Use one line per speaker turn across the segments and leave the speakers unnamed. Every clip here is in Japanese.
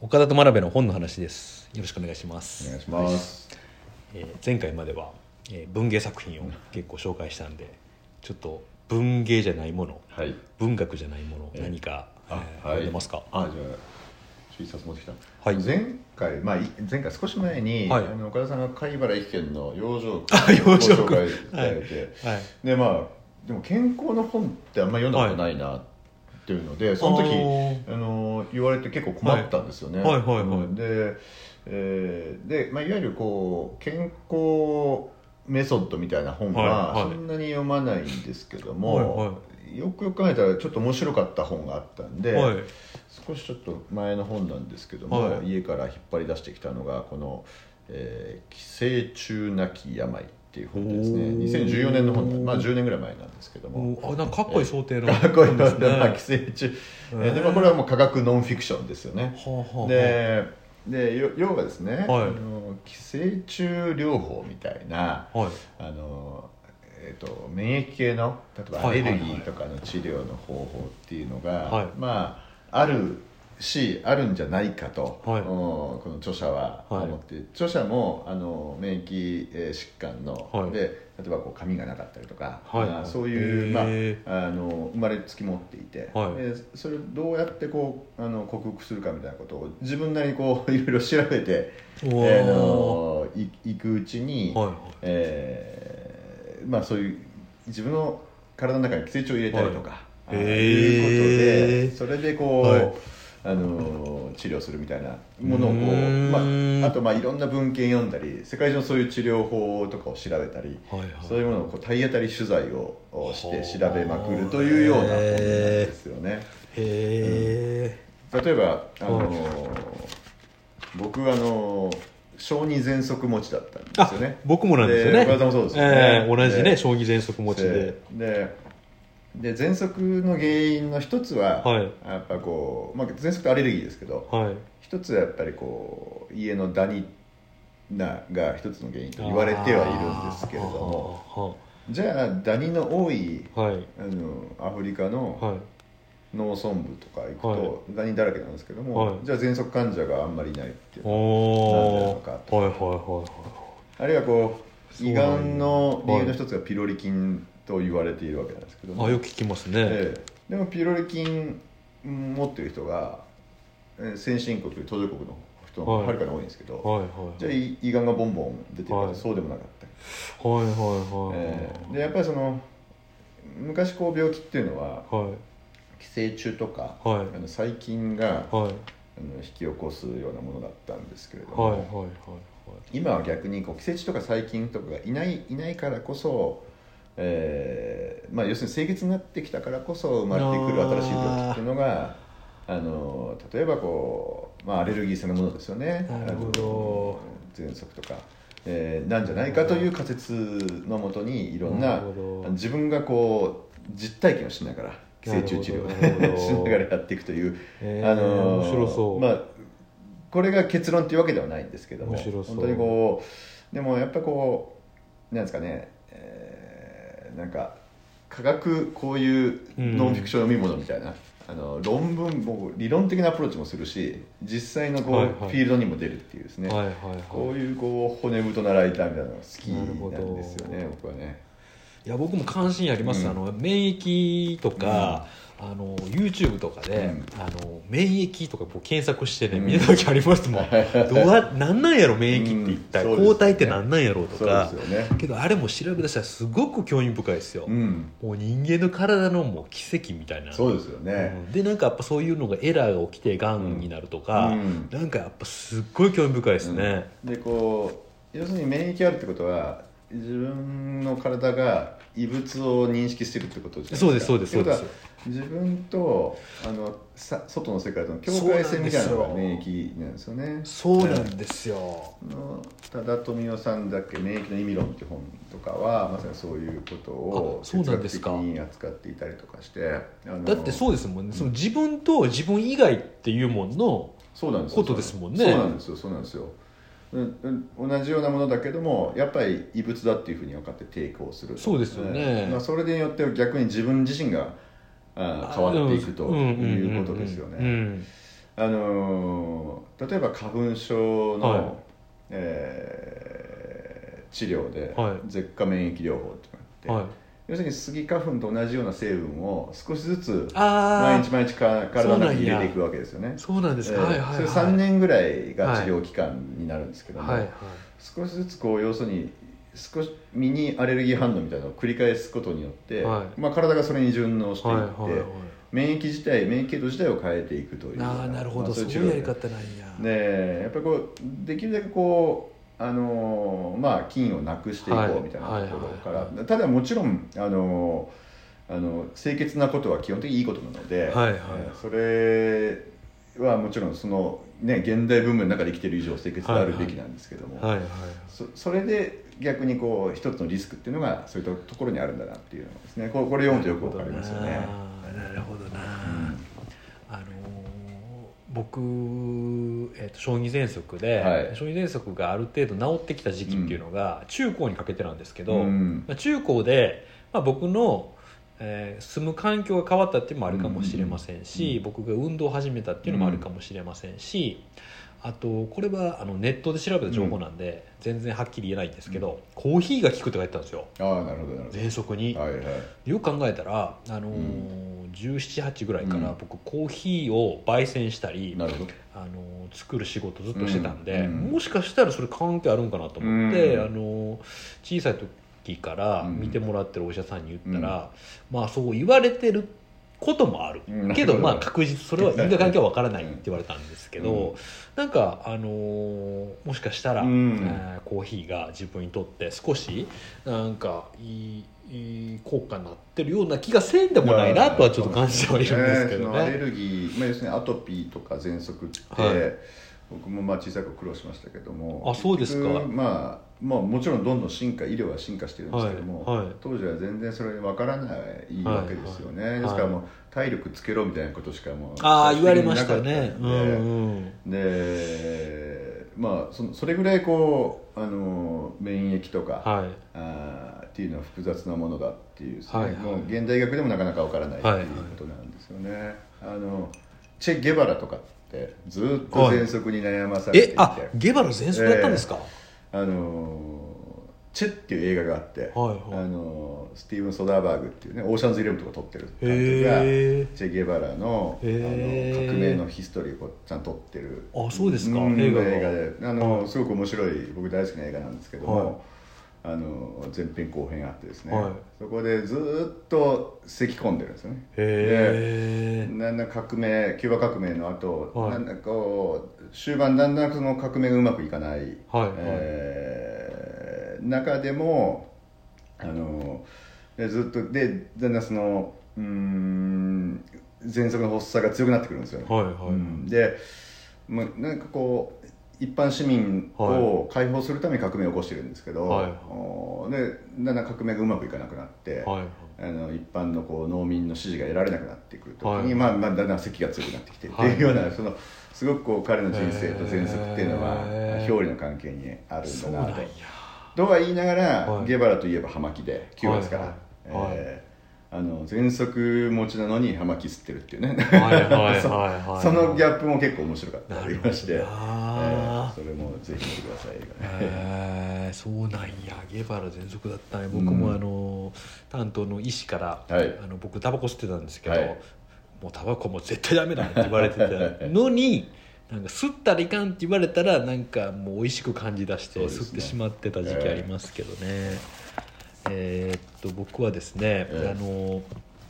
岡田と真鍋の本の話ですよろしくお願いしま
お願い
す、
します、
えー前回までは、えー文芸作品を結構紹介したんでちょっと文芸じゃないもの
はい
文学じゃないもの
ええ
何か、え
あ
ー
は
読ん
い
でますか
あじゃあ一冊持ってきた、
はい
前回、まあ、い前回少し前に、
はい
あの岡田さんが貝原一軒の養生
あ
会
養生会
ご紹介いただいて、
はい
でまあでも健康の本ってあんまり読んだことないなっていうので、その時
あー
あの言われて結構困ったんですよね、
はいはいはいはい
うんで,、えーでまあ、いわゆるこう健康メソッドみたいな本は
はいはい
そんなに読まないんですけども、
はいは
よくよく考えたらちょっと面白かった本があったんで、
はい
少しちょっと前の本なんですけども、
はい
家から引っ張り出してきたのがこの「えー寄生虫なき病」っていう本でですね
おー
2014年の本なんまあ10年ぐらい前なんですけども
おあなんかかっこいい想定の
かっこいい
本で
な
すねは
寄生虫、え
ー
ーでまあ、これはもう科学ノンフィクションですよね
あはあはあ
ででよ要はですね、
はい
あの寄生虫療法みたいな
はい
あの、えー、と免疫系の例えばア
はいはい
レ
はい
ルギーとかの治療の方法っていうのが、
はい
まああるしあるんじゃないかと、
はい
おこの著者は
はい
思って、著者もあの免疫えー疾患の、
はい
で例えばこう髪がなかったりとか、
はい
あーそういう、まあ
へ、
あの生まれつき持っていて、
はい
でそれをどうやってこうあの克服するかみたいなことを自分なりにこういろいろ調べて、
おー
えーあのいいくうちに、
はいはい
えーまあそういう自分の体の中に寄生虫を入れたりとか、
はい
あ
へ
ー
ー
いうことでそれでこう、
はい
あのー治療するみたいなものをこう
うーん
まあ、あとまあいろんな文献読んだり世界中のそういう治療法とかを調べたり、
はいはい
そういうものをこう体当たり取材ををして調べまくるというような本なんですよね。
へ
例えば、あの僕はあの小児喘息持ちだったんですよね。
僕もなんですよね
で岡田さんもそうですよね
ええ同じね
で
将棋喘息持ちで
でで喘息の原因の一つは、
はい
やっぱこう、まあ、喘息とアレルギーですけど
はい
一つはやっぱりこう家のダニなが一つの原因と言われてはいるんですけれども
も
じゃあダニの多い
はい
あのアフリカの
はい
農村部とか行くと、ダニだらけなんですけども、
はい
じゃあ喘息患者があんまりいないっていう
お
なん
お
でなのか
ーはいはいはい
あるいはこう
そう
胃
なんや
がんの理由の一つがピロリ菌と言われているわけなんですけども、
はいあよく聞きますね
ええでもピロリ菌持ってる人がえー先進国途上国の人の方がはるかに多いんですけど、
はいはい
じゃあ胃胃がんがボンボン出てるか
は
ら
い
そうでもなかったり、
はいはいはい
ええでやっぱりその昔こう病気っていうのは
はい
寄生虫とか、
はい
あの細菌が、
はい
あの引き起こすようなものだったんですけれども、
はいはいはい
今は逆にこう寄生虫とか細菌とかがいないいないからこそ、えーまあ、要するに清潔になってきたからこそ生まれてくる新しい病気っていうのがあの例えばこう、まあ、アレルギー性のものですよね
なるほど
あの喘息とか、えーなんじゃないかという仮説のもとにいろん
な
な
るほど
自分がこう実体験をしながら寄生虫治療
なるほど
を しながらやっていくという、
ええ
あの
面白そう
まあこれが結論っていうわけではないんですけども
面白そう
本当にこうでもやっぱこうなんですかね、えーなんか科学こういうノンフィクション読み物みたいな、あの論文も理論的なアプローチもするし実際のこう、
はいはい
フィールドにも出るっていうですね、
はいはい
こ
は
ういうこう骨太なライターみたいなのが好き
なるほど
なんですよね僕はね。
いいや僕も関心あります、
うん
あの免疫とか、あの YouTube とかで、
うん
あの免疫とかこう検索してね、
うん
見る時あります もんどうやなんなんやろ免疫って一体、
うんそうですね
抗体ってなんなんやろうと
そう
か、
ですよね。
けどあれも調べ出したらすごく興味深いですよ、
うん、
もう人間の体のもう奇跡みたいな
そうですよね。
うんでなんかやっぱそういうのがエラーが起きてがんになるとか、
うん
なんかやっぱすっごい興味深いですね、
うんでこう要するに免疫あるってことは自分の体が異物を認識してるってことじゃないですか
そうですそうです
ってことは
そうで
自分とあのさ外の世界との境
そうなん
界
ですよ
線みたいなのが免疫なんですよね
そうなんですよ、
あの多田富夫さんだっけ「免疫の意味論」って本とかはまさにそういうことを
あそう
哲
なん
学
です
的
か
に扱っていたりとかしてあの
だってそうですもんね、その自分と自分以外っていうもんの
そうなんですよ
ことですもんね
そうなんですよそうなんですようんうん同じようなものだけどもやっぱり異物だっていうふうに分かって抵抗する
そうですよね
まあ、それによって逆に自分自身があー変わっていくと
んんんん
いうことですよ
う
ね
ん
あのー例えば花粉症の、
はい
えー治療で、
はい
舌下免疫療法っていうのが
はい、
あって、要するにスギ花粉と同じような成分を少しずつ毎
あ
日毎日か体の中に入れていくわけですよね
あ。そうなんです
え
か、
ー
はいはいはい
それ3年ぐらいが治療期間になるんですけども、
はいはい
少しずつこう要するに少しミニアレルギー反応みたいなのを繰り返すことによって、
はい
まあ、体がそれに順応してい
はい
って、
はいはい
免疫自体免疫系統自体を変えていくという
ああなるほ
ま
ど、
そう
そう
いう治
いう
療
やり方
で
なんや、
でやっぱりこうできるだけこうあのーまあ菌をなくしていこ
はいう
みたいなところから、
はいはい
ただもちろんあのーあの清潔なことは基本的にいいことなので、
はいはい
えーそれはもちろんそのね現代文明の中で生きてる以上清潔であるべきなんですけども、
はいはい
そそれで逆にこう一つのリスクっていうのがそういったところにあるんだなっていうのがですねこれこれ読むとよくわかりますよね。
あーなるほどな、
うん
あのー僕、えー、と小児喘息で、
はい
小児喘息がある程度治ってきた時期っていうのが、中高にかけてなんですけど、
うん
まあ、中高で、まあ、僕の、えー住む環境が変わったっていうのもあるかもしれませんし、
うん
僕が運動を始めたっていうのもあるかもしれませんし、あとこれはあのネットで調べた情報なんで、全然はっきり言えないんですけど、コーヒーが効くって書いてたんですよ
ああなるほどなる
喘息に
ほど。。はいはい。
よく考えたら、あのー
う
1718ぐらいから
うん
僕コーヒーを焙煎したり、
なるほど。
あのー作る仕事ずっとしてたんで、
うん
もしかしたらそれ関係あるんかなと思って、
うん
あのー小さい時から見てもらってるお医者さんに言ったら、まあそう言われてることもある、
うん
けどまあ確実それは因果関係は分からないっ
うん
て言われたんですけ
う
ど、なんか、あのーもしかしたら、
うん
えーコーヒーが自分にとって少しなんかいいいい効果になってるような気がせんでもないなとはちょっと感じてはいるんですけど
えーそのアレ
ね。
ルギー、まあ、要するにアトピーとか喘息って、
はい
僕もまあ小さい頃苦労しましたけども
あそうですか
結局まあまあ、もちろんどんどん進化医療は進化してるんですけども、
はいはい
当時は全然それわからないわけですよね、
はいはい
ですからもう体力つけろみたいなことしかもう
ああ
最
言われ
終的に
ま
な
し
か
た
ったんで
ね。うんうん
でまあそのそれぐらいこうあの免疫とか、
はい
あーっていうのは複雑なものだっていうですね、
はいはい
もう現代学でもなかなかわからないっていうことなんですよね、あのチェ・ゲバラとかってずっと喘息に悩まされてい
え
て、
あゲバラ全息だったんですか、
あのーチェっていう映画があって、
はいはい
あのースティーブン・ソダーバーグっていうねオーシャンズ・イレブンとか撮ってる監督が
へ
チェ・ゲバラの,、
へ
あ
ー
の革命のヒストリーをこうちゃんと撮ってる
あそうですか
ん
映
映
画
画
が
であの、すごく面白い僕大好きな映画なんですけども、
はい
あの前編後編あってですね、
はい
そこでずーっと咳き込んでるんですよねで
へえ
なんだか革命キューバ革命の後、
はい
なんだかこう終盤だんだんその革命がうまくいかない、
はいはい
えー中でもあのでずっとでだんだんそのうーん喘息の発作が強くなってくるんですよね、
はいはい
うんでまあなんかこう一般市民を解放するために革命を起こしてるんですけど、
はい
おーでだんだん革命がうまくいかなくなって、
はいはい
あの一般のこう農民の支持が得られなくなってくるときに、
はい
まあ、まあだんだん咳が強くなってきてって
はい
いうような、そのすごくこう彼の人生と喘息っていうのは
へー
表裏の関係にあるん
そ
だ
うなん
な
や
と。とは言いながら、
はい
ゲバラといえば葉巻でキューバですから、
はいはい
えーあの喘息持ちなのに葉巻吸ってるっていうね、
はいはいはいはい
そ
はい
そのギャップも結構面白かったりまして、
な
え
るほどな
ーそれもぜひ見てください映画ね
へえそうなんやゲバラ全息だったね僕も
うん
あの担当の医師から、
はい
あの僕タバコ吸ってたんですけど、
はい
もうタバコもう絶対ダメだって言われて たのになんか吸ったらいかんって言われたらなんかもう美味しく感じ出して
そうですね
吸ってしまってた時期ありますけどね、えーっと僕はですね、
ええ
あの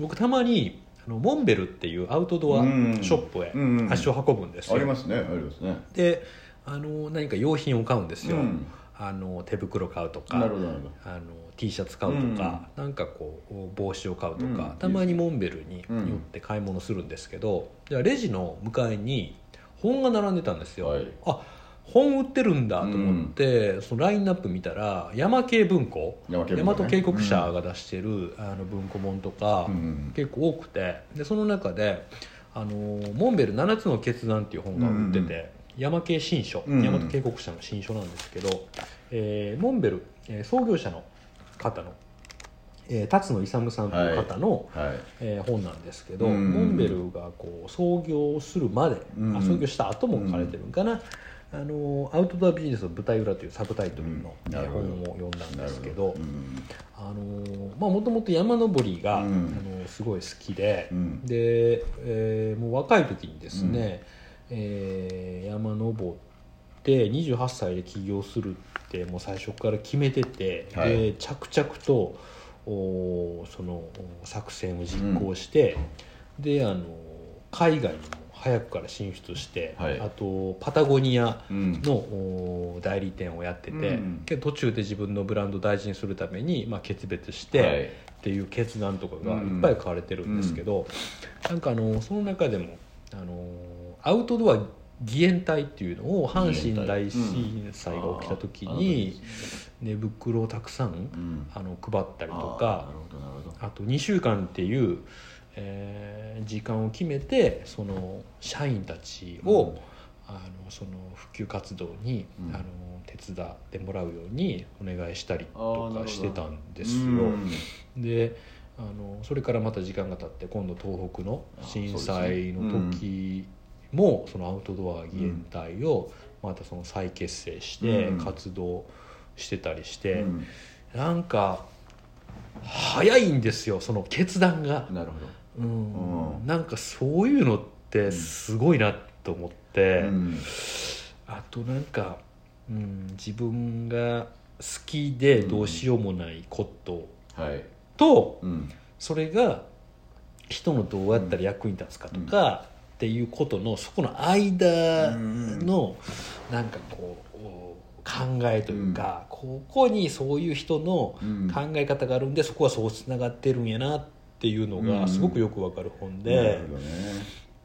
僕たまにあのモンベルっていうアウトドアシ
うん
ョップへ
うんうん
足を運ぶんですよ、
ありますねありますね
であの何か用品を買うんですよ、
うん
あの手袋買うとか
なるほどなるほど
あの T シャツ買うとか、なんかこう帽子を買うとか、
うん
たまにモンベルに寄って買い物するんですけど、じゃあレジの向かいに本が並んでたんですよ、
はい
あ本売ってるんだと思って、そのラインナップ見たら山系文庫
ヤマケ
大
文庫
和渓
ね
谷社が出してる、あの文庫本とか、
うん
結構多くてでその中で「あのーモンベル7つの決断」っていう本が売ってて、山系新書、
うんうん
大和渓谷社の新書なんですけど、えーモンベル、えー創業者の方の、えー、辰野勇さんという方の、
はい
えー本なんですけど、
うん
モンベルがこう創業するまで、
うん
あ創業した後も書かれてるんかな、あの「アウトドアビジネスの舞台裏」というサブタイトルの、
うん
えー
なるほど
本を読んだん
な
で
る
す
ほ
け
ど
ど
うん
あのまあもともと山登りが、
うん
あのすごい好きで、
うん
で、えーもう若い時にですね、えー山登って28歳で起業するってもう最初から決めてて、
はい
で着々とおーそのお作戦を実行して、であの海外にも早くから進出して、
はい
あとパタゴニア
うん
のお代理店をやってて、
うん
けど途中で自分のブランドを大事にするために、まあ、決別して、
はい
っていう決断とかがいっぱい書かれてるんですけど、なんかあのその中でもあのアウトドア義援隊っていうのを阪神大震災が起きた時に寝袋をたくさん
うん
あの配ったりと
あーな
か
るほどなるほど
あと2週間っていう、えー時間を決めてその社員たちを、
うん
あのその復旧活動に、
うん
あの手伝ってもらうようにお願いしたり
あー
と
なるほ
か
ど
してたんですよ。
うん
であのそれからまた時間が経って今度東北の震災の時もそのアウトドア義援隊をまたその再結成して
うん
活動してたりし
う
て、
ん
なんか早いんですよその決断が、
なるほど
うん
うん
なんかそういうのってすごいなと思って、
うん
あとなんか、うん、自分が好きでどうしようもないこと
はい
と、
うん
それが人のどうやったら役に立つかとかっていうことのそこの間のなんかこうお考えというかここにそういう人の
うん
考え方があるんでそこはそうつながってるんやなっていうの
う
が
ん
すごくよくわかる本
な
で
るほどね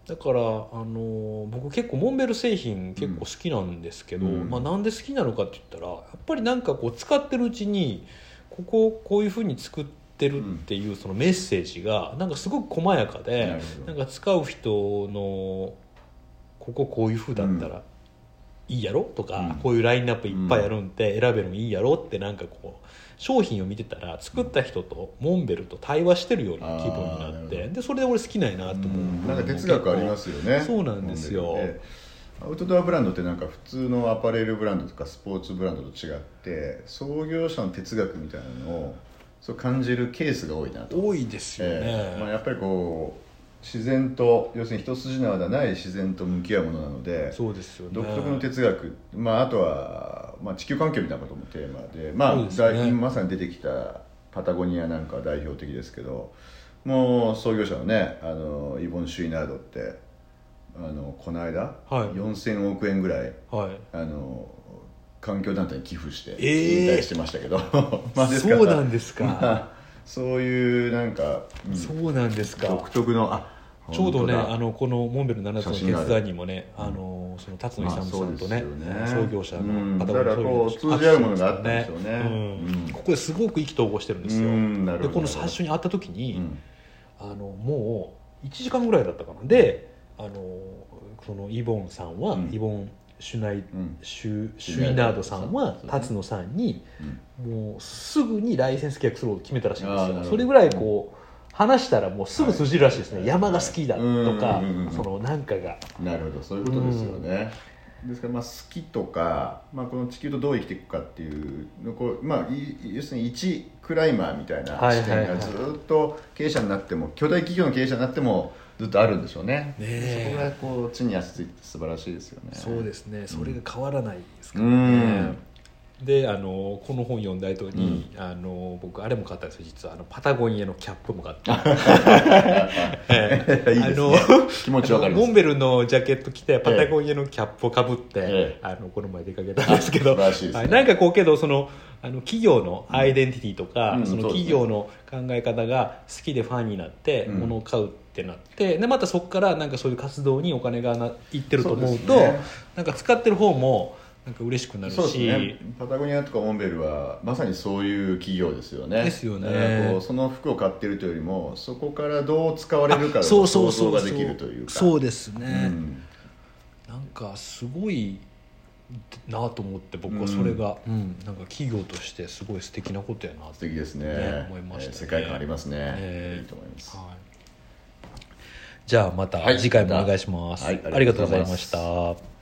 だからあの僕結構モンベル製品結構好きなんですけど
うん
まあなんで好きなのかって言ったらやっぱりなんかこう使ってるうちにここをこういうふうに作ってるっていうそのメッセージがなんかすごく細やか
な
で
るほど
なんか使う人のこここういうふうだったらいいやろと
うん
かこういうラインナップいっぱいあるんで選べるのいいやろってなんかこう商品を見てたら作った人とモンベルと対話してるような気分になっ
あーなる
て
ほ
でそれで俺好きなんやなと思う部分も
なんか哲学ありますよね
そうなんですよ
ええアウトドアブランドってなんか普通のアパレルブランドとかスポーツブランドと違って創業者の哲学みたいなのをそう感じるケースが多いなと、
多いですよね、
ええまあ、やっぱりこう自然と要するに一筋縄ではない自然と向き合うものなので
そうですよね
独特の哲学、まあ、あとは、まあ、地球環境みたいなこともテーマで、まあ
そうですね
だいまさに出てきたパタゴニアなんかは代表的ですけどもう創業者のねあのイボン・シュイナードってあのこの間、
はい
4000億円ぐらい
はい
あの環境団体に寄付して
ええ
引退してましたけど、 まあですから
そうなんですか、
まあそういうなんか、うん
そうなんですか
独特のあ
ちょうどね
本当だ
あのこのモンベル7つの
写真がある
決断にもねあのその辰野勇さんとね,、
まあそうですよね
創業者の
うんだからこう通じ合うものがあったんでしょうね
うん
うん
ここですごく意気投合してるんですよ、
うんなるほ
で
ど
この最初に会った時に、
うん
あのもう1時間ぐらいだったかなであのそのイボンさんは、
うん
イボンシュナイ
うん
シュシュイナードさんは
そうですね
辰野さんに
うん
もうすぐにライセンス契約することを決めたらしいんで
あー
す
なるほ
よ
ど
それぐらいこう話したらもうすぐ通じるらしいですね、
はい
山が好きだとか、
うんうんうんうん
そのなんかが
なるほどそういうことですよね、ですからまあ好きとか、まあ、この地球とどう生きていくかっていうのこう、まあ、い要するに一クライマーみたいな
はいはい
視点がずっと経営者になっても巨大企業の経営者になってもずっとあるんでしょうね
ねえ
そこがこう地に足ついて素晴らしいですよね
そうですねそれが変わらないですか
う
らね、
ん
であのこの本読んだ後に、あの僕あれも買ったんですよ実はあのパタゴニアのキャップも買った ええ
いいですね
あの
気持ちわかりま
あ
す
のモンベルのジャケット着てパタゴニアのキャップをかぶって、
ええ
あのこの前出かけたんですけど
あ素晴らしいですね
はいなんかこうけどそのあの企業のアイデンティティとか、
うんうん
その
そうで
企
すね
業の考え方が好きでファンになって、
うん
物を買うってなってでまたそこからなんかそういう活動にお金がないってると思う
そ
と
うですね
なんか使ってる方もなんか嬉しくなる
そうです
し
ね、パタゴニアとかモンベルはまさにそういう企業ですよね
ですよね
だからこうその服を買ってるというよりもそこからどう使われるか
あ
の
そ
想
うそうそう
像が
そ
で
う
きるというか
そうですね、
うん
なんかすごいなと思って僕はそれが、うんなんか企業としてすごい素敵なことやな
素敵ですね
ね思いましたね
えー世界観ありますね、
えー
いいと思います、
はい、じゃあまた
はい
次回もお願いします、
はい
ありがとうございました、
ありがとうございま